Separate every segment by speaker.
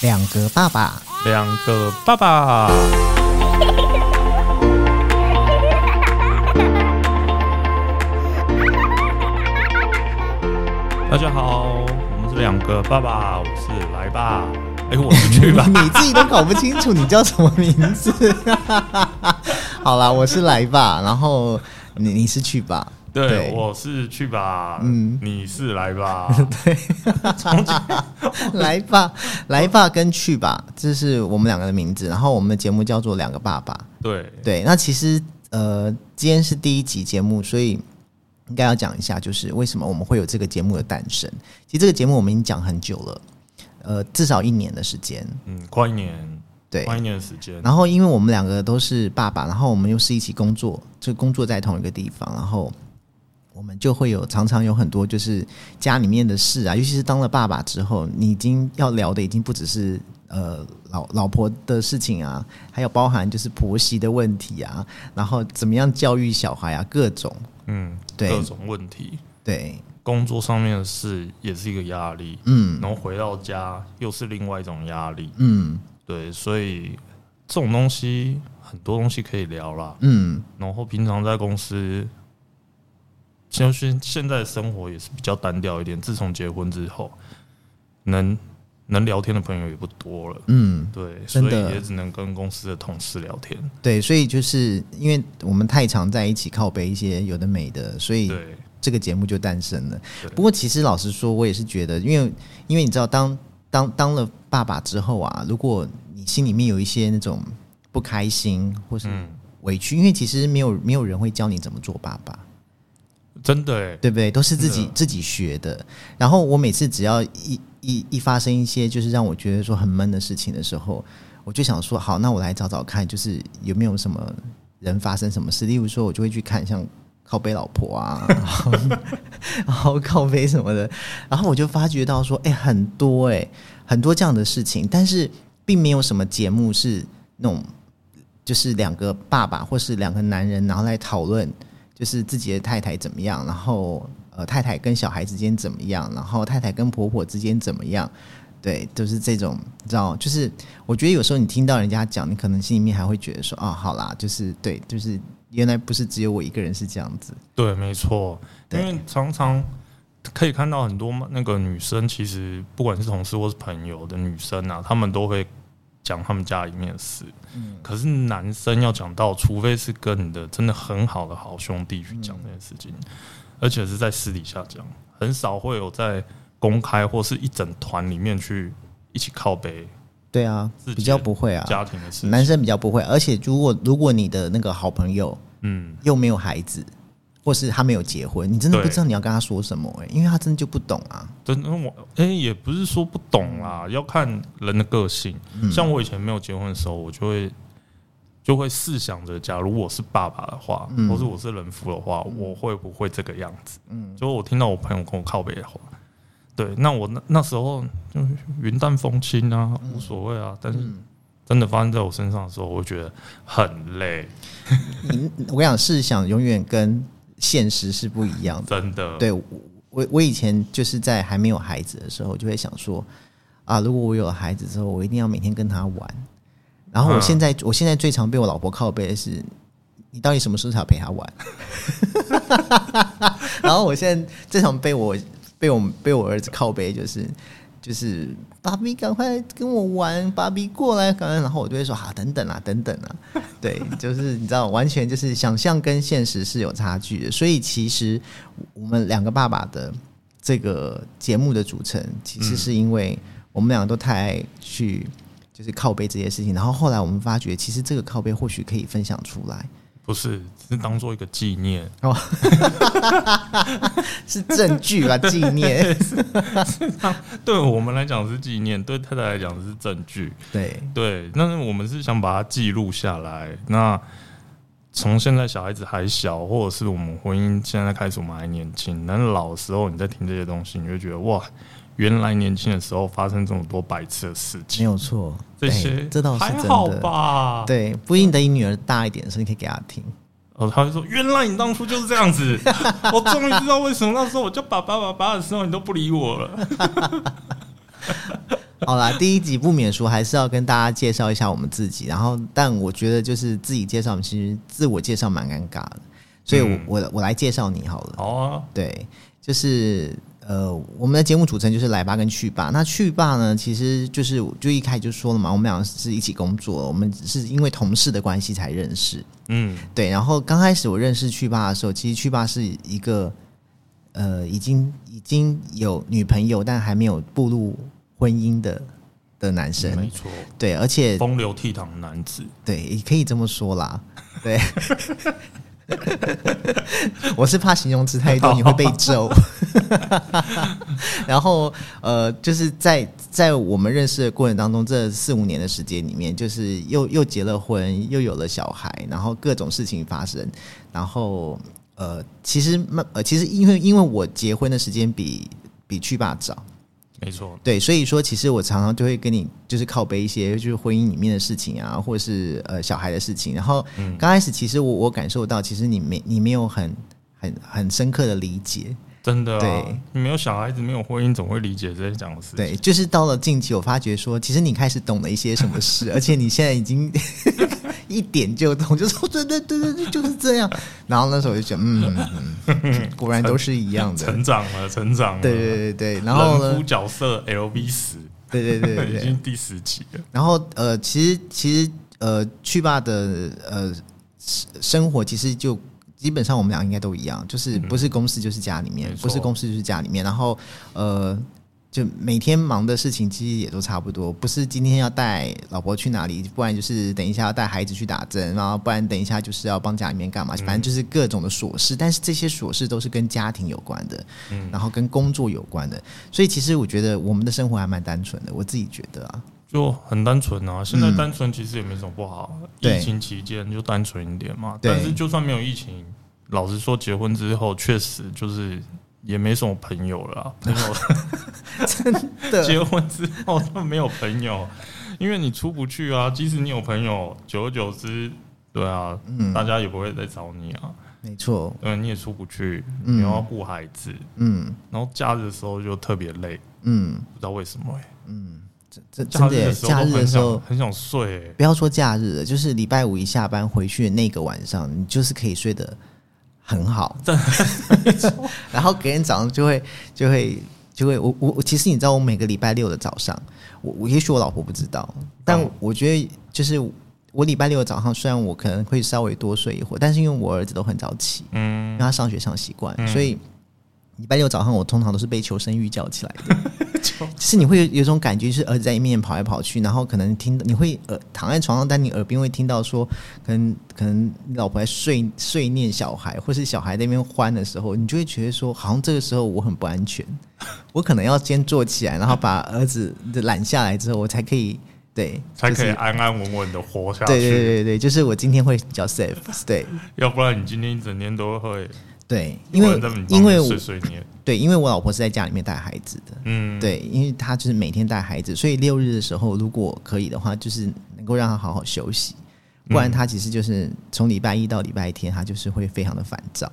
Speaker 1: 两个爸爸，，
Speaker 2: 两个爸爸。大家好，我们是两个爸爸，我是来吧，哎、我是去吧
Speaker 1: 你自己都搞不清楚你叫什么名字。 好啦，我是来吧，然后你你是去吧，
Speaker 2: 对，
Speaker 1: 对
Speaker 2: 我是去吧，
Speaker 1: 嗯
Speaker 2: 你是 来吧，
Speaker 1: 来吧，来吧跟去吧，这是我们两个的名字。然后我们的节目叫做两个爸爸。
Speaker 2: 对，
Speaker 1: 对，那其实呃，今天是第一集节目，所以应该要讲一下，就是为什么我们会有这个节目的诞生。其实这个节目我们已经讲很久了，呃，至少一年的时间。
Speaker 2: 嗯，快一年，
Speaker 1: 对，
Speaker 2: 快一年的时间，
Speaker 1: 然后因为我们两个都是爸爸，然后我们又是一起工作，就工作在同一个地方，然后我们就会有常常有很多就是家里面的事啊，尤其是当了爸爸之后，你已经要聊的已经不只是呃老老婆的事情啊，还有包含就是婆媳的问题啊，然后怎么样教育小孩啊，各种
Speaker 2: 嗯，
Speaker 1: 对
Speaker 2: 各种问题，
Speaker 1: 对，
Speaker 2: 工作上面的事也是一个压力，
Speaker 1: 嗯
Speaker 2: 然后回到家又是另外一种压力，
Speaker 1: 嗯
Speaker 2: 对，所以这种东西很多东西可以聊啦。
Speaker 1: 嗯，
Speaker 2: 然后平常在公司，就是现在的生活也是比较单调一点。自从结婚之后，能能聊天的朋友也不多了，
Speaker 1: 嗯。
Speaker 2: 对，所
Speaker 1: 真
Speaker 2: 以
Speaker 1: 的嗯
Speaker 2: 也只能跟公司的同事聊天。
Speaker 1: 对，所以就是因为我们太常在一起靠背一些有的没的，所以
Speaker 2: 对，
Speaker 1: 这个节目就诞生了
Speaker 2: 对。
Speaker 1: 不过其实老实说，我也是觉得，因为因为你知道，当当当了爸爸之后啊，如果你心里面有一些那种不开心或是
Speaker 2: 嗯，
Speaker 1: 委屈，因为其实没有没有人会教你怎么做爸爸，
Speaker 2: 真的哎、
Speaker 1: 对不对？都是自
Speaker 2: 是
Speaker 1: 己
Speaker 2: 的
Speaker 1: 自己学的。然后我每次只要一一一发生一些就是让我觉得说很闷的事情的时候，我就想说，好，那我来找找看，就是有没有什么人发生什么事。例如说，我就会去看像靠背老婆啊，然后然后靠背什么的，然后我就发觉到说，哎、很多哎、很多这样的事情，但是并没有什么节目是那种就是两个爸爸或是两个男人，然后来讨论就是自己的太太怎么样，然后呃太太跟小孩之间怎么样，然后太太跟婆婆之间怎么样。对，就是这种，你知道，就是我觉得有时候你听到人家讲，你可能心里面还会觉得说，哦，好啦，就是对，就是原来不是只有我一个人是这样子，
Speaker 2: 对，没错，因
Speaker 1: 对
Speaker 2: 为常常可以看到很多那个女生，其实不管是同事或是朋友的女生啊，她们都会讲她们家里面的事。
Speaker 1: 嗯
Speaker 2: 可是男生要讲到，除非是跟你的真的很好的好兄弟去讲这件事情，
Speaker 1: 嗯
Speaker 2: 而且是在私底下讲，很少会有在公开或是一整团里面去一起靠背
Speaker 1: 对啊
Speaker 2: 自，己
Speaker 1: 比较不会啊，
Speaker 2: 家庭的事情。
Speaker 1: 男生比较不会，而且如果如果你的那个好朋友
Speaker 2: 嗯，
Speaker 1: 又没有孩子，或是他没有结婚，你真的
Speaker 2: 对
Speaker 1: 不知道你要跟他说什么、欸，因为他真的就不懂啊。
Speaker 2: 真的我哎、也不是说不懂啦，要看人的个性。
Speaker 1: 嗯
Speaker 2: 像我以前没有结婚的时候，我就会就会试想着，假如我是爸爸的话，或是我是人夫的话，我会不会这个样子？嗯，就我听到我朋友跟我靠背的话，对，那我那那时候就云淡风轻啊，无所谓啊。但是真的发生在我身上的时候，我会觉得很累，
Speaker 1: 你我跟你讲，试想永远跟现实是不一样的。
Speaker 2: 真的。
Speaker 1: 嗯对我我我以前就是在还没有孩子的时候，我就会想说啊，如果我有了孩子之后，我一定要每天跟他玩。然后我
Speaker 2: 嗯
Speaker 1: 现在、我现在最常被我老婆靠背的是，你到底什么时候才要陪他玩？ 然后我现在最常被我被我被我儿子靠背就是。就是芭比，赶快跟我玩，芭比过来，赶快。然后我就会说啊，等等啊，等等啊，对，就是你知道，完全就是想象跟现实是有差距的。所以其实我们两个爸爸的这个节目的组成，其实是因为我们两个都太爱去就是靠背这些事情，然后后来我们发觉，其实这个靠背或许可以分享出来，
Speaker 2: 不是，只是当做一个纪念，
Speaker 1: 是证据啊，纪念。
Speaker 2: 对我们来讲是纪念，对太太来讲是证据。
Speaker 1: 对，
Speaker 2: 对，但是我们是想把它记录下来。那从现在小孩子还小，或者是我们婚姻现在开始，我们还年轻，但是老的时候你在听这些东西，你就觉得哇，原来年轻的时候发生这么多白痴的事
Speaker 1: 没
Speaker 2: 情，
Speaker 1: 有错，
Speaker 2: 这
Speaker 1: 对
Speaker 2: 些
Speaker 1: 这倒是
Speaker 2: 还
Speaker 1: 真
Speaker 2: 好
Speaker 1: 的。
Speaker 2: 吧？，
Speaker 1: 对，不一定等你女儿大一点的时候，你可以给她 听。
Speaker 2: 哦，他会说，原来你当初就是这样子，我终于知道为什么那时候我叫爸爸爸爸的时候你都不理我了。
Speaker 1: 好啦，第一集不免说还是要跟大家介绍一下我们自己。然后，但我觉得就是自己介绍，其实自我介绍蛮尴尬的，所以我、
Speaker 2: 嗯
Speaker 1: 我我来介绍你好了。
Speaker 2: 好啊，
Speaker 1: 对，就是呃，我们的节目组成就是来吧跟去吧。那去吧呢，其实就是就一开始就说了嘛，我们俩是一起工作，我们只是因为同事的关系才认识。
Speaker 2: 嗯，
Speaker 1: 对，然后刚开始我认识去爸的时候，其实去爸是一个呃，已经已经有女朋友，但还没有步入婚姻的的男
Speaker 2: 没
Speaker 1: 生。
Speaker 2: 错，
Speaker 1: 对，而且
Speaker 2: 风流倜傥的男子，
Speaker 1: 对，也可以这么说啦。对， 我是怕形容词太多你会被揍。 然后呃，就是在在我们认识的过程当中，这四五年的时间里面，就是又又结了婚，又有了小孩，然后各种事情发生，然后呃，其实慢呃，其实因为因为我结婚的时间比比去爸早，
Speaker 2: 没错，
Speaker 1: 对，所以说其实我常常就会跟你就是靠背一些就是婚姻里面的事情啊，或者是呃小孩的事情。然后刚开始其实我我感受到，其实你没你没有很很很深刻的理解，
Speaker 2: 真的、
Speaker 1: 对
Speaker 2: 啊，你没有小孩子，没有婚姻，怎么会理解这些讲的事？，
Speaker 1: 对，就是到了近期我发觉说，其实你开始懂了一些什么事，而且你现在已经一点就懂，就说对对对对对，就是这样。然后那时候我就觉得，嗯，嗯嗯果然都是一样的，
Speaker 2: 成长了，成长了，
Speaker 1: 对对对对。然后
Speaker 2: 人
Speaker 1: 呢
Speaker 2: 夫，角色 LV 十，
Speaker 1: 对对 对对
Speaker 2: 已
Speaker 1: 对。
Speaker 2: 经第十集了，
Speaker 1: 然后呃，其实其实呃，去吧的呃生生活其实就基本上我们俩应该都一样，就是不是公司就是家里面，
Speaker 2: 嗯没错
Speaker 1: 不是公司就是家里面。然后呃，就每天忙的事情其实也都差不多，不是今天要带老婆去哪里，不然就是等一下要带孩子去打针，然后不然等一下就是要帮家里面干嘛，
Speaker 2: 嗯
Speaker 1: 反正就是各种的琐事。但是这些琐事都是跟家庭有关的，
Speaker 2: 嗯
Speaker 1: 然后跟工作有关的，所以其实我觉得我们的生活还蛮单纯的，我自己觉得 啊。
Speaker 2: 就很单纯啊。现在单纯其实也没什么不好，
Speaker 1: 嗯
Speaker 2: 啊
Speaker 1: 对
Speaker 2: 疫情期间就单纯一点嘛。
Speaker 1: 对
Speaker 2: 但是就算没有疫情，老实说，结婚之后确实就是也没什么朋友 了啊、朋友
Speaker 1: 对
Speaker 2: 结婚之后就没有朋友，因为你出不去啊。即使你有朋友，久而久之，对啊，
Speaker 1: 嗯
Speaker 2: 大家也不会再找你啊。
Speaker 1: 没错，
Speaker 2: 对，你也出不去，你又要顾孩子，
Speaker 1: 嗯
Speaker 2: 然后假日的时候就特别累，
Speaker 1: 嗯，
Speaker 2: 不知道为什么、欸。
Speaker 1: 这真
Speaker 2: 假
Speaker 1: 的
Speaker 2: 日的
Speaker 1: 耶
Speaker 2: 时候
Speaker 1: 假日
Speaker 2: 都
Speaker 1: 的
Speaker 2: 很
Speaker 1: 时候
Speaker 2: 想，很想睡、欸，
Speaker 1: 不要说假日了，就是礼拜五一下班回去的那个晚上，你就是可以睡得很好，然后隔天早上就会就会就会，我我我其实你知道，我每个礼拜六的早上，我我也许我老婆不知道，但
Speaker 2: 嗯
Speaker 1: 我觉得就是我礼拜六的早上，虽然我可能会稍微多睡一会儿，但是因为我儿子都很早起，因为
Speaker 2: 嗯，
Speaker 1: 他上学上习惯，所以礼拜六早上我通常都是被求生欲叫起来 的。就是你会有有一种感觉，就是儿子在你面前跑来跑去，然后可能听你会呃躺在床上，但你耳边会听到说，可能可能你老婆在碎碎念小孩，或是小孩在那边欢的时候，你就会觉得说，好像这个时候我很不安全，我可能要先坐起来，然后把儿子揽下来之后，我才可以对，
Speaker 2: 才
Speaker 1: 就
Speaker 2: 可以
Speaker 1: 是
Speaker 2: 安安稳稳的活下去。
Speaker 1: 对对对对对，就是我今天会比较 safe，对
Speaker 2: 要不然你今天一整天都会
Speaker 1: 对，因为
Speaker 2: 有人在你旁边
Speaker 1: 因为我
Speaker 2: 碎碎念，
Speaker 1: 对，因为我老婆是在家里面带孩子的，
Speaker 2: 嗯，
Speaker 1: 对，因为她就是每天带孩子，所以六日的时候如果可以的话，就是能够让她好好休息，不
Speaker 2: 嗯
Speaker 1: 然她其实就是从礼拜一到礼拜天，她就是会非常的烦躁。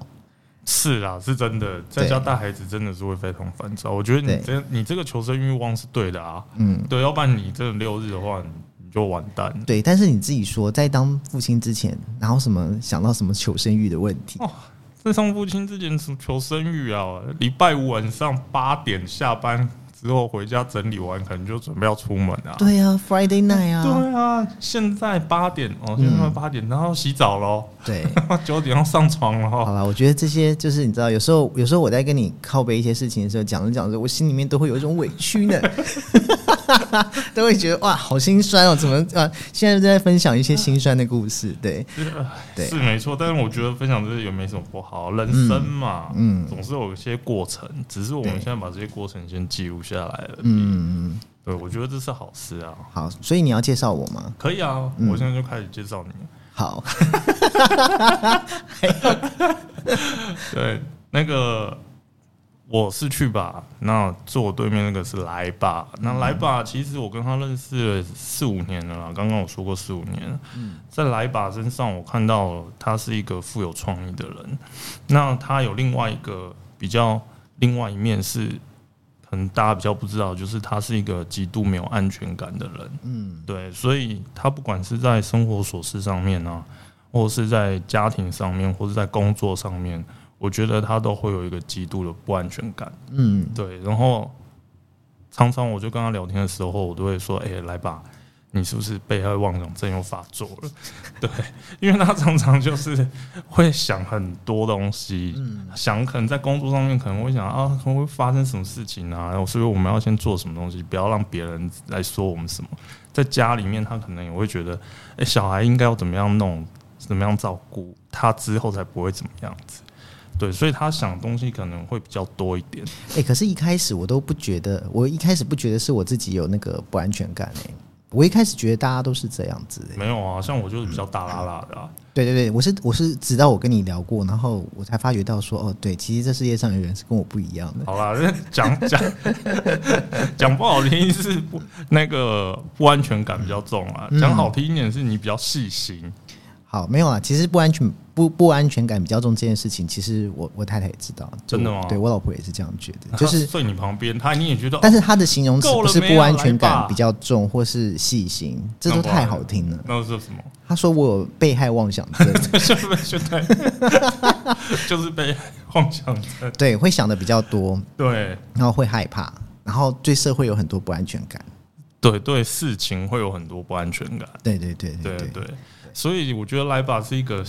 Speaker 2: 是啦，是真的，在家带孩子真的是会非常烦躁。我觉得
Speaker 1: 对
Speaker 2: 你这你这个求生欲望是对的啊，
Speaker 1: 嗯，
Speaker 2: 对，要不然你真的六日的话，你你就完蛋了。
Speaker 1: 对。但是你自己说，在当父亲之前，然后什么想到什么求生欲的问题，
Speaker 2: 哦在上父亲之前，求生欲啊，礼拜五晚上八点下班之后回家整理完，可能就准备要出门啊。
Speaker 1: 对啊，Friday night 啊，嗯
Speaker 2: 对啊，现在八点哦，现在八点，然后洗澡喽，
Speaker 1: 对。
Speaker 2: 九点要上床了
Speaker 1: 好
Speaker 2: 哦。
Speaker 1: 啦，我觉得这些就是你知道，有时候有时候我在跟你靠背一些事情的时候，讲着讲着，我心里面都会有一种委屈呢，都会觉得哇，好心酸哦，怎么啊？现在正在分享一些心酸的故事，对，对
Speaker 2: 是没错，但是我觉得分享这些也没什么不好，人生嘛，
Speaker 1: 嗯
Speaker 2: 总是有一些过程，只是我们
Speaker 1: 对
Speaker 2: 现在把这些过程先记录下来了。
Speaker 1: 嗯，嗯
Speaker 2: 对，我觉得这是好事啊，
Speaker 1: 好，所以你要介绍我吗？
Speaker 2: 可以啊，
Speaker 1: 嗯
Speaker 2: 我现在就开始介绍你。
Speaker 1: 好，
Speaker 2: 对，那个我是去吧，那坐我对面那个是来吧，那来吧，其实我跟他认识了四五年了啦，刚刚我说过四五年，在来吧身上我看到他是一个富有创意的人，那他有另外一个比较另外一面是，可能大家比较不知道，就是他是一个极度没有安全感的人。
Speaker 1: 嗯
Speaker 2: 对，所以他不管是在生活琐事上面啊，或是在家庭上面，或是在工作上面，我觉得他都会有一个极度的不安全感。
Speaker 1: 嗯
Speaker 2: 对，然后常常我就跟他聊天的时候，我都会说：“哎、来吧，你是不是被害妄想症又发作了？” 对，因为他常常就是会想很多东西，
Speaker 1: 嗯
Speaker 2: 想可能在工作上面可能会想啊，可能会发生什么事情啊，然后所以我们要先做什么东西，不要让别人来说我们什么。在家里面，他可能也会觉得，哎、小孩应该要怎么样弄，怎么样照顾他之后才不会怎么样子。对，所以他想的东西可能会比较多一点。
Speaker 1: 哎、可是一开始我都不觉得，我一开始不觉得是我自己有那个不安全感哎、我一开始觉得大家都是这样子、欸，
Speaker 2: 没有啊，像我就是比较大拉拉的、啊，
Speaker 1: 对对对，我是我是直到我跟你聊过，然后我才发觉到说，哦，对，其实这世界上有人是跟我不一样的，
Speaker 2: 好啦，这讲讲 讲不好听是不那个不安全感比较重啊，
Speaker 1: 嗯
Speaker 2: 讲、好听一点是你比较细心，
Speaker 1: 好，没有啦。其实不安全不不安全感比较重这件事情，其实我我太太也知道，就
Speaker 2: 真的
Speaker 1: 我
Speaker 2: 吗
Speaker 1: 对我老婆也是这样觉得， 就是，嗯
Speaker 2: 睡你旁边，他你也觉得，
Speaker 1: 但是她的形容词
Speaker 2: 够
Speaker 1: 不
Speaker 2: 了
Speaker 1: 是
Speaker 2: 没
Speaker 1: 不
Speaker 2: 有
Speaker 1: 安全
Speaker 2: 来
Speaker 1: 感
Speaker 2: 吧
Speaker 1: 比较重，或是细心，这都
Speaker 2: 那不
Speaker 1: 太
Speaker 2: 然
Speaker 1: 好听了。
Speaker 2: 那是什么？
Speaker 1: 她说我有被害妄想症，
Speaker 2: 就是被就对，就是被 妄想症，
Speaker 1: 对，会想的比较多，
Speaker 2: 对
Speaker 1: 然后会害怕，然后对社会有很多不安全感。
Speaker 2: 对对，事情会有很多不安全感，
Speaker 1: 对对对
Speaker 2: 对
Speaker 1: 对对，
Speaker 2: 对，所以我觉得莱爸是一个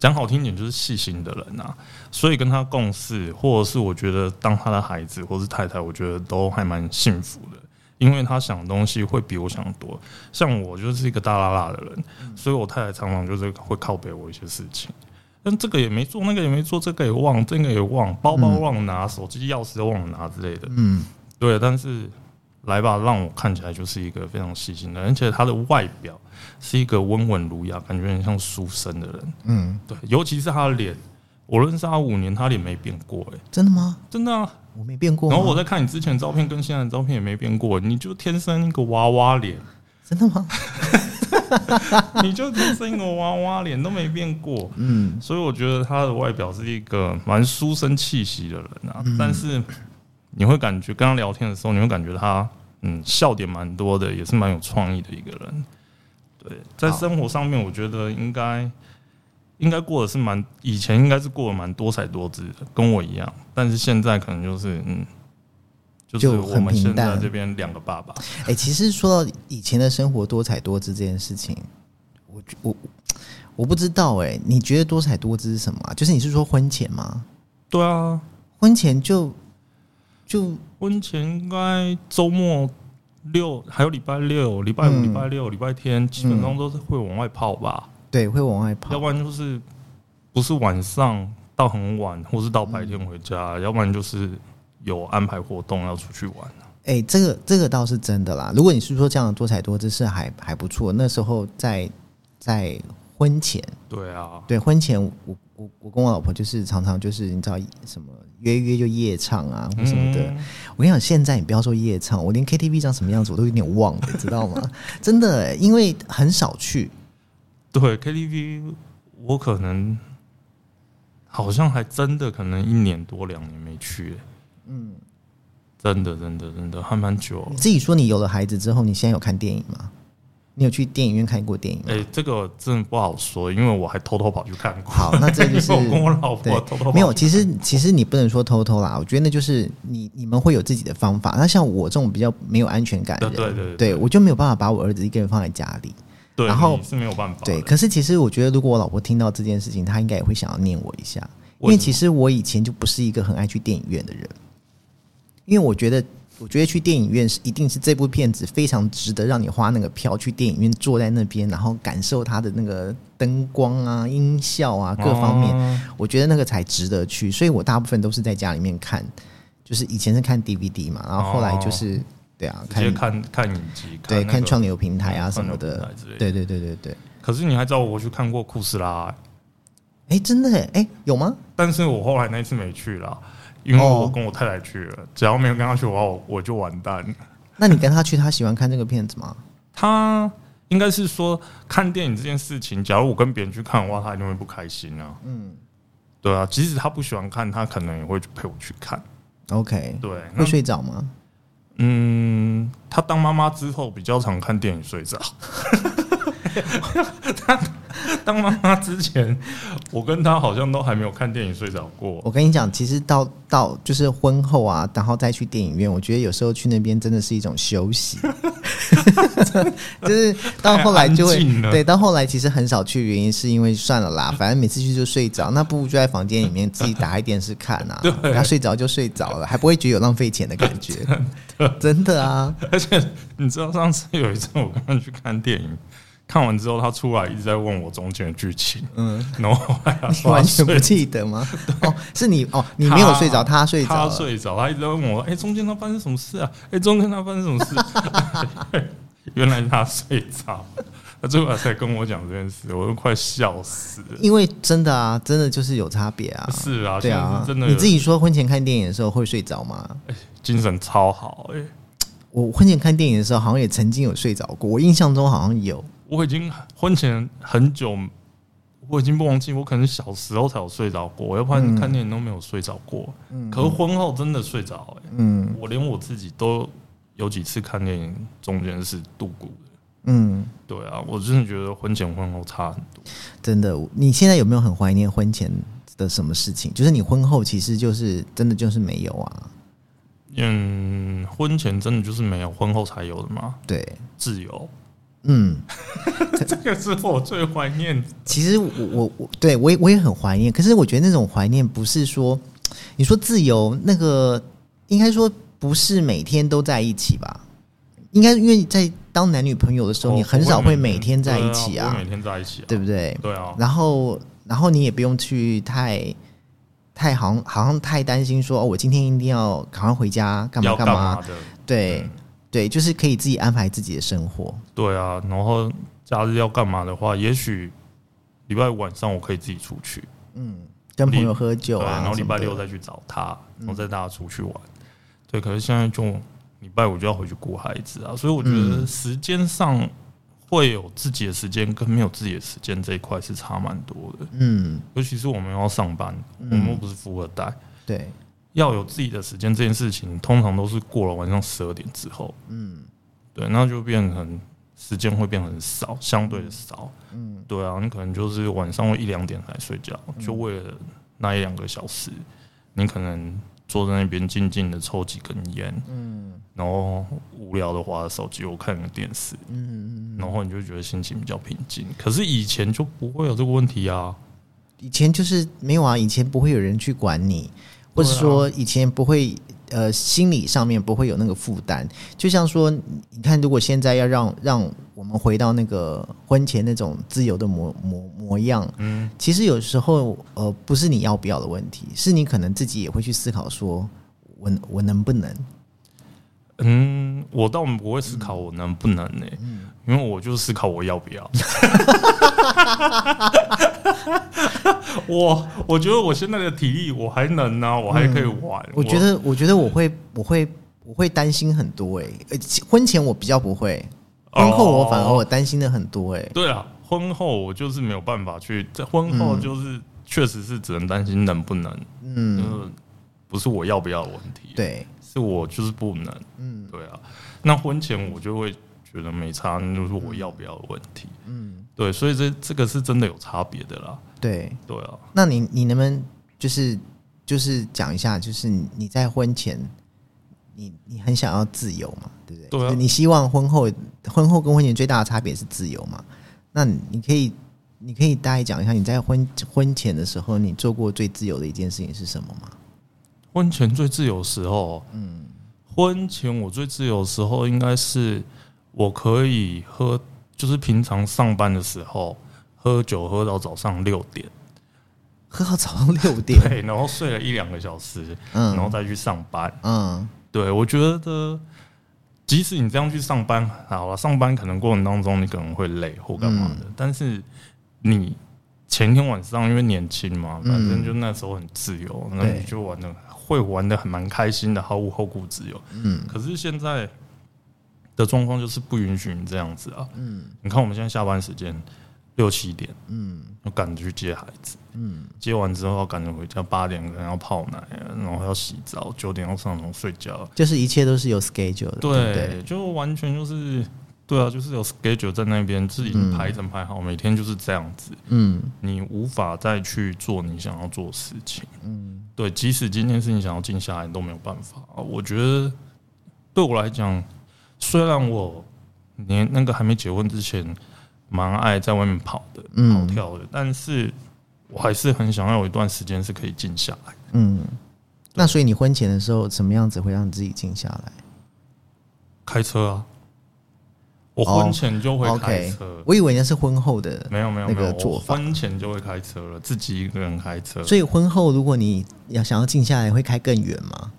Speaker 2: 讲好听点就是细心的人啊，所以跟他共事，或者是我觉得当他的孩子或是太太，我觉得都还蛮幸福的，因为他想的东西会比我想的多。像我就是一个大拉拉的人，所以我太太常常就是会靠北我一些事情。但这个也没做，那个也没做，这个也忘，这个也忘，包包忘拿，手机钥匙忘拿之类的。
Speaker 1: 嗯，
Speaker 2: 对，但是来吧，让我看起来就是一个非常细心的人，而且他的外表是一个温文儒雅，感觉很像书生的人。
Speaker 1: 嗯，
Speaker 2: 对，尤其是他的脸，我认识他五年，他脸没变过、欸，
Speaker 1: 真的吗？
Speaker 2: 真的啊。
Speaker 1: 我没变过吗。
Speaker 2: 然后我在看你之前的照片跟现在的照片也没变过，你就天生一个娃娃脸，
Speaker 1: 真的吗？
Speaker 2: 你就天生一个娃娃脸都没变过。
Speaker 1: 嗯
Speaker 2: 所以我觉得他的外表是一个蛮书生气息的人啊，
Speaker 1: 嗯
Speaker 2: 但是你会感觉跟他聊天的时候，你会感觉他嗯笑点蛮多的，也是蛮有创意的一个人。对，在
Speaker 1: 好
Speaker 2: 生活上面，我觉得应该应该过的是蛮以前应该是过得蛮多彩多姿的，跟我一样，但是现在可能就是嗯。就是
Speaker 1: 就
Speaker 2: 我
Speaker 1: 很
Speaker 2: 们
Speaker 1: 平
Speaker 2: 现在
Speaker 1: 淡
Speaker 2: 这边两个爸爸，
Speaker 1: 哎、其实说到以前的生活多彩多姿这件事情，我觉我我不知道哎、你觉得多彩多姿是什么、啊？就是你是说婚前吗？
Speaker 2: 对啊，
Speaker 1: 婚前就就
Speaker 2: 婚前应该周末六，还有礼拜六、礼拜五、
Speaker 1: 嗯
Speaker 2: 礼拜六、礼拜天，基本上都是会往外跑吧，
Speaker 1: 对会往外
Speaker 2: 要
Speaker 1: 跑，
Speaker 2: 不然就是不是晚上到很晚，或是到白天回家，
Speaker 1: 嗯
Speaker 2: 要不然就是有安排活动要出去玩。
Speaker 1: 哎、这个这个倒是真的啦。如果你是说这样的多彩多姿是还还不错，那时候在在婚前，
Speaker 2: 对啊，
Speaker 1: 对婚前我我我跟我老婆就是常常就是你知道什么约一约就夜唱啊或什么的，
Speaker 2: 嗯
Speaker 1: 我跟你讲，现在你不要说夜唱，我连 KTV 长什么样子我都有点忘了， 你知道吗？真的，因为很少去。
Speaker 2: 对 KTV，我可能好像还真的可能一年多两年没去、
Speaker 1: 嗯，
Speaker 2: 真的真的真的还蛮久了
Speaker 1: 你。自己说你有了孩子之后，你现在有看电影吗？你有去电影院看过电影吗？
Speaker 2: 哎、这个真的不好说，因为我还偷偷跑去看过。
Speaker 1: 好，那这 就是
Speaker 2: 因为我跟我老婆偷偷跑
Speaker 1: 对，没有。其实其实你不能说偷偷啦，我觉得那就是你你们会有自己的方法。那像我这种比较没有安全感的人，
Speaker 2: 对对对对
Speaker 1: 我就没有办法把我儿子一个人放在家里。
Speaker 2: 对，
Speaker 1: 然后
Speaker 2: 你是没有办法的。
Speaker 1: 对，可是其实我觉得，如果我老婆听到这件事情，她应该也会想要念我一下，因为
Speaker 2: 为什么
Speaker 1: 其实我以前就不是一个很爱去电影院的人，因为我觉得，我觉得去电影院是一定是这部片子非常值得让你花那个票去电影院坐在那边，然后感受它的那个灯光啊、音效啊各方面，
Speaker 2: 哦
Speaker 1: 我觉得那个才值得去，所以我大部分都是在家里面看，就是以前是看 DVD 嘛，然后后来就是、对啊，
Speaker 2: 哦直接
Speaker 1: 看
Speaker 2: 看看影集，
Speaker 1: 对
Speaker 2: 看
Speaker 1: 看
Speaker 2: 那
Speaker 1: 串
Speaker 2: 个。
Speaker 1: 流平台啊什
Speaker 2: 串流
Speaker 1: 么
Speaker 2: 平
Speaker 1: 的
Speaker 2: 台之类，的
Speaker 1: 对对对对对。
Speaker 2: 可是你还找我去看过库斯拉、
Speaker 1: 哎、真的哎、诶有吗？
Speaker 2: 但是我后来那一次没去啦，因为
Speaker 1: 哦
Speaker 2: 我跟我太太去了，只要没有跟她去的话，我我就完蛋了。
Speaker 1: 那你跟他去，他喜欢看这个片子吗？
Speaker 2: 她应该是说看电影这件事情，假如我跟别人去看的话，她一定会不开心啊。
Speaker 1: 嗯
Speaker 2: 对啊，即使她不喜欢看，她可能也会陪我去看。
Speaker 1: ，OK，
Speaker 2: 对，那
Speaker 1: 会睡着吗？
Speaker 2: 嗯，她当妈妈之后比较常看电影睡着。 她当妈妈之前，我跟她好像都还没有看电影睡着过。
Speaker 1: 我跟你讲，其实到到就是婚后啊，然后再去电影院，我觉得有时候去那边真的是一种休 息。就是到后来就
Speaker 2: 太
Speaker 1: 会
Speaker 2: 安静了
Speaker 1: 对，到后来其实很少去，原因是因为算了 啦，反正每次去就睡着，那不如就在房间里面自己打开电视看啊，
Speaker 2: 对
Speaker 1: 要睡着就睡着了，还不会觉得有浪费钱的感觉， 真的啊，
Speaker 2: 而且你知道上次有一次我跟她去看电影，看完之后她出来一直在问我中间的剧情，嗯，然后后来她
Speaker 1: 你
Speaker 2: 说她
Speaker 1: 完全
Speaker 2: 睡
Speaker 1: 不记得吗？哦，是你哦，你没有睡着，他睡着
Speaker 2: 他
Speaker 1: 了，
Speaker 2: 睡着，他一直在问我，哎、中间他发生什么事啊？哎、中间他发生什么事？ 原来他睡着，他最后才跟我讲这件事，我都快笑死了。
Speaker 1: 因为真的啊，真的就是有差别啊，
Speaker 2: 是啊，
Speaker 1: 对
Speaker 2: 现在
Speaker 1: 啊
Speaker 2: 是，真的
Speaker 1: 你
Speaker 2: 有
Speaker 1: 自己说婚前看电影的时候会睡着吗？
Speaker 2: 精神超好哎、
Speaker 1: 我婚前看电影的时候好像也曾经有睡着过，我印象中好像有。
Speaker 2: 我已经婚前很久，我已经不忘记，我可能小时候才有睡着过，要不然看电影都没有睡着过。可是婚后真的睡着哎、
Speaker 1: 嗯
Speaker 2: 我连我自己都有几次看电影中间是度过的。
Speaker 1: 嗯，
Speaker 2: 对啊，我真的觉得婚前婚后差很多。
Speaker 1: 真的，你现在有没有很怀念婚前的什么事情？就是你婚后其实就是真的就是没有啊，
Speaker 2: 嗯，婚前真的就是没有，婚后才有的嘛，
Speaker 1: 对，
Speaker 2: 自由，
Speaker 1: 嗯，
Speaker 2: 这个是我最怀念。
Speaker 1: 其实我我我对我也我也很怀念，可是我觉得那种怀念不是说，你说自由那个，应该说不是每天都在一起吧？应该因为在当男女朋友的
Speaker 2: 哦
Speaker 1: 时候，你很少会每天在一起
Speaker 2: 对
Speaker 1: 啊
Speaker 2: 不会，每天在一起啊，
Speaker 1: 对不对？
Speaker 2: 对啊，
Speaker 1: 然后然后你也不用去太太好像好像太担心说哦，我今天一定要赶快回家干嘛
Speaker 2: 要
Speaker 1: 干
Speaker 2: 干
Speaker 1: 嘛？
Speaker 2: 的？
Speaker 1: 对对，就是可以自己安排自己的生活。
Speaker 2: 对啊，然后假日要干嘛的话，也许礼拜五晚上我可以自己出去，
Speaker 1: 跟朋友喝酒
Speaker 2: 对，
Speaker 1: 啊，
Speaker 2: 然后礼拜六
Speaker 1: 什么的
Speaker 2: 再去找他，然后再大家出去玩。对，可是现在就礼拜五就要回去顾孩子啊，所以我觉
Speaker 1: 嗯
Speaker 2: 得时间上会有自己的时间跟没有自己的时间这一块是差蛮多的。
Speaker 1: 嗯，
Speaker 2: 尤其是我们要上班，我们又不是富二代，
Speaker 1: 对，
Speaker 2: 要有自己的时间这件事情，通常都是过了晚上十二点之后，嗯，对，那就变成时间会变很少，相对的少，嗯，对啊，你可能就是晚上会一两点才睡觉，就为了那一两个小时，你可能坐在那边静静的抽几根烟，嗯，然后无聊的划手机，我看个电视，嗯，然后你就觉得心情比较平静。可是以前就不会有这个问题啊，
Speaker 1: 以前就是没有啊，以前不会有人去管你，或者
Speaker 2: 对啊
Speaker 1: 说以前不会呃心理上面不会有那个负担。就像说，你你看，如果现在要让让我们回到那个婚前那种自由的模模模样，
Speaker 2: 嗯。
Speaker 1: 其实有时候呃不是你要不要的问题，是你可能自己也会去思考说，我我能不能？
Speaker 2: 嗯，我倒不会思考我能不能呢、
Speaker 1: 嗯
Speaker 2: 因为我就思考我要 不要。我我觉得我现在的体力我还能啊，我还可以玩。
Speaker 1: 嗯我觉得我觉得我会我会我会担心很多诶、欸，呃婚前我比较不会，
Speaker 2: 哦
Speaker 1: 婚后我反而我担心的很多诶、欸。
Speaker 2: 对啊，婚后我就是没有办法去，在婚后就是确实是只能担心能不能，
Speaker 1: 嗯，
Speaker 2: 嗯，不是我要不要的问题，，啊
Speaker 1: 对。
Speaker 2: 是我就是不能，嗯，对啊。那婚前我就会觉得没差，那就是我要不要的问题，嗯，对，所以这这个是真的有差别的啦，
Speaker 1: 对，
Speaker 2: 对啊。
Speaker 1: 那你你能不能就是就是讲一下，就是你你在婚前，你你很想要自由嘛，对不对？
Speaker 2: 对啊
Speaker 1: 就是你希望婚后婚后跟婚前最大的差别是自由嘛？那你你可以你可以大概讲一下你在婚婚前的时候，你做过最自由的一件事情是什么吗？
Speaker 2: 婚前最自由的时候，嗯，婚前我最自由的时候应该是我可以喝，就是平常上班的时候喝酒喝到早上六点，
Speaker 1: 喝到早上六点，
Speaker 2: 对，然后睡了一两个小时，然后
Speaker 1: 嗯
Speaker 2: 再去上班。
Speaker 1: 嗯
Speaker 2: 对我觉得，即使你这样去上班，好了，上班可能过程当中你可能会累或干嘛
Speaker 1: 嗯
Speaker 2: 的，但是你。前天晚上因为年轻嘛，反正就那时候很自由，
Speaker 1: 嗯
Speaker 2: 那
Speaker 1: 对
Speaker 2: 你就玩的会玩的很蛮开心的，毫无后顾之忧。
Speaker 1: 嗯
Speaker 2: 可是现在的状况就是不允许你这样子啊。嗯，你看我们现在下班时间六七点，
Speaker 1: 嗯
Speaker 2: 我赶着去接孩子，
Speaker 1: 嗯
Speaker 2: 接完之后赶着回家，八点可能要泡奶啊，然后还要洗澡，九点要上床睡觉。
Speaker 1: 就是一切都是有 schedule 的，对不
Speaker 2: 对，就完全就是对啊，就是有 schedule 在那边，自己
Speaker 1: 嗯
Speaker 2: 排成排好，每天就是这样子，
Speaker 1: 嗯
Speaker 2: 你无法再去做你想要做的事情。
Speaker 1: 嗯
Speaker 2: 对，即使今天是你想要静下来，你都没有办法。我觉得对我来讲，虽然我年那个还没结婚之前，蛮爱在外面跑的、跑
Speaker 1: 嗯
Speaker 2: 跳的，但是我还是很想要有一段时间是可以静下来。
Speaker 1: 嗯。那所以你婚前的时候，什么样子会让你自己静下来？
Speaker 2: 开车啊，我
Speaker 1: 哦
Speaker 2: 婚前就会开
Speaker 1: OK
Speaker 2: 车。
Speaker 1: 我以为那是婚后的，
Speaker 2: 没有没有
Speaker 1: 那
Speaker 2: 没
Speaker 1: 个
Speaker 2: 有，
Speaker 1: 做
Speaker 2: 我
Speaker 1: 法
Speaker 2: 婚前就会开车了，自己一个人开车，
Speaker 1: 所以婚后如果你要想要静下来，会开更远吗？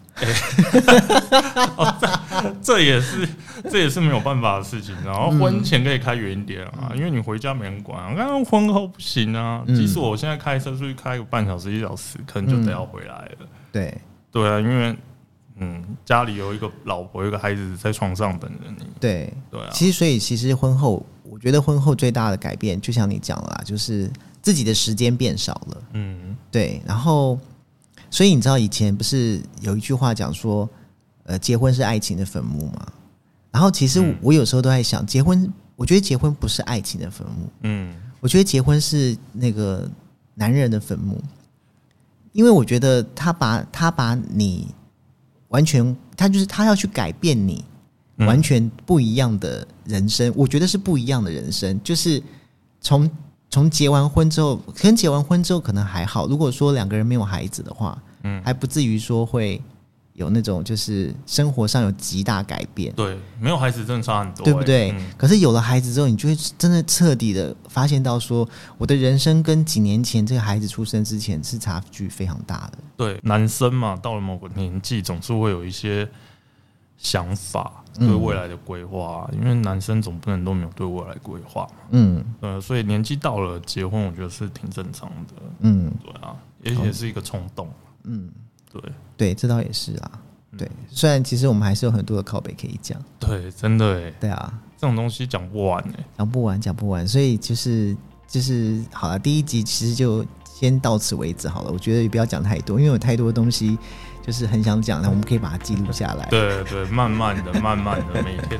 Speaker 2: 这也是这也是没有办法的事情。然后
Speaker 1: 嗯
Speaker 2: 婚前可以开远一点啊，因为你回家没人管啊。刚刚婚后不行啊，
Speaker 1: 嗯
Speaker 2: 即使我现在开车出去开个半小时一小时，可能就得要回来了。
Speaker 1: 对，
Speaker 2: 对啊，因为嗯，家里有一个老婆，有一个孩子在床上等着你。
Speaker 1: 对，
Speaker 2: 对啊，
Speaker 1: 其实所以其实婚后，我觉得婚后最大的改变，就像你讲了啦，就是自己的时间变少了。
Speaker 2: 嗯，
Speaker 1: 对，然后，所以你知道以前不是有一句话讲说，呃，结婚是爱情的坟墓吗？然后其实我
Speaker 2: 嗯
Speaker 1: 我有时候都在想，结婚，我觉得结婚不是爱情的坟墓，
Speaker 2: 嗯，
Speaker 1: 我觉得结婚是那个男人的坟墓，因为我觉得他把他把你完全，他就是他要去改变你，
Speaker 2: 嗯
Speaker 1: 完全不一样的人生，我觉得是不一样的人生，就是从从结完婚之后，可能结完婚之后可能还好，如果说两个人没有孩子的话，
Speaker 2: 嗯
Speaker 1: 还不至于说会有那种就是生活上有极大改变，
Speaker 2: 对，没有孩子真的差很多、
Speaker 1: 对不对？
Speaker 2: 嗯
Speaker 1: 可是有了孩子之后，你就会真的彻底的发现到说，我的人生跟几年前这个孩子出生之前是差距非常大的，
Speaker 2: 对，男生嘛，到了某个年纪，总是会有一些想法
Speaker 1: 嗯
Speaker 2: 对未来的规划，因为男生总不能都没有对未来规划嘛。
Speaker 1: 嗯
Speaker 2: 呃，所以年纪到了结婚，我觉得是挺正常的，
Speaker 1: 嗯
Speaker 2: 对啊，也也是一个冲动，
Speaker 1: 嗯，
Speaker 2: 对
Speaker 1: 对，这倒也是啦。
Speaker 2: 嗯
Speaker 1: 对，虽然其实我们还是有很多的靠北可以讲，
Speaker 2: 对，真的哎，
Speaker 1: 对啊，
Speaker 2: 这种东西讲不完哎，
Speaker 1: 讲不完，讲不完，所以就是就是好了，第一集其实就先到此为止好了。我觉得也不要讲太多，因为有太多东西就是很想讲，那我们可以把它记录下来。
Speaker 2: 对对，慢慢的，慢慢的，每天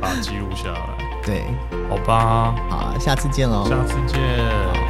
Speaker 2: 把它记录下来，
Speaker 1: 对，
Speaker 2: 好吧，
Speaker 1: 好啊，下次见喽，
Speaker 2: 下次见。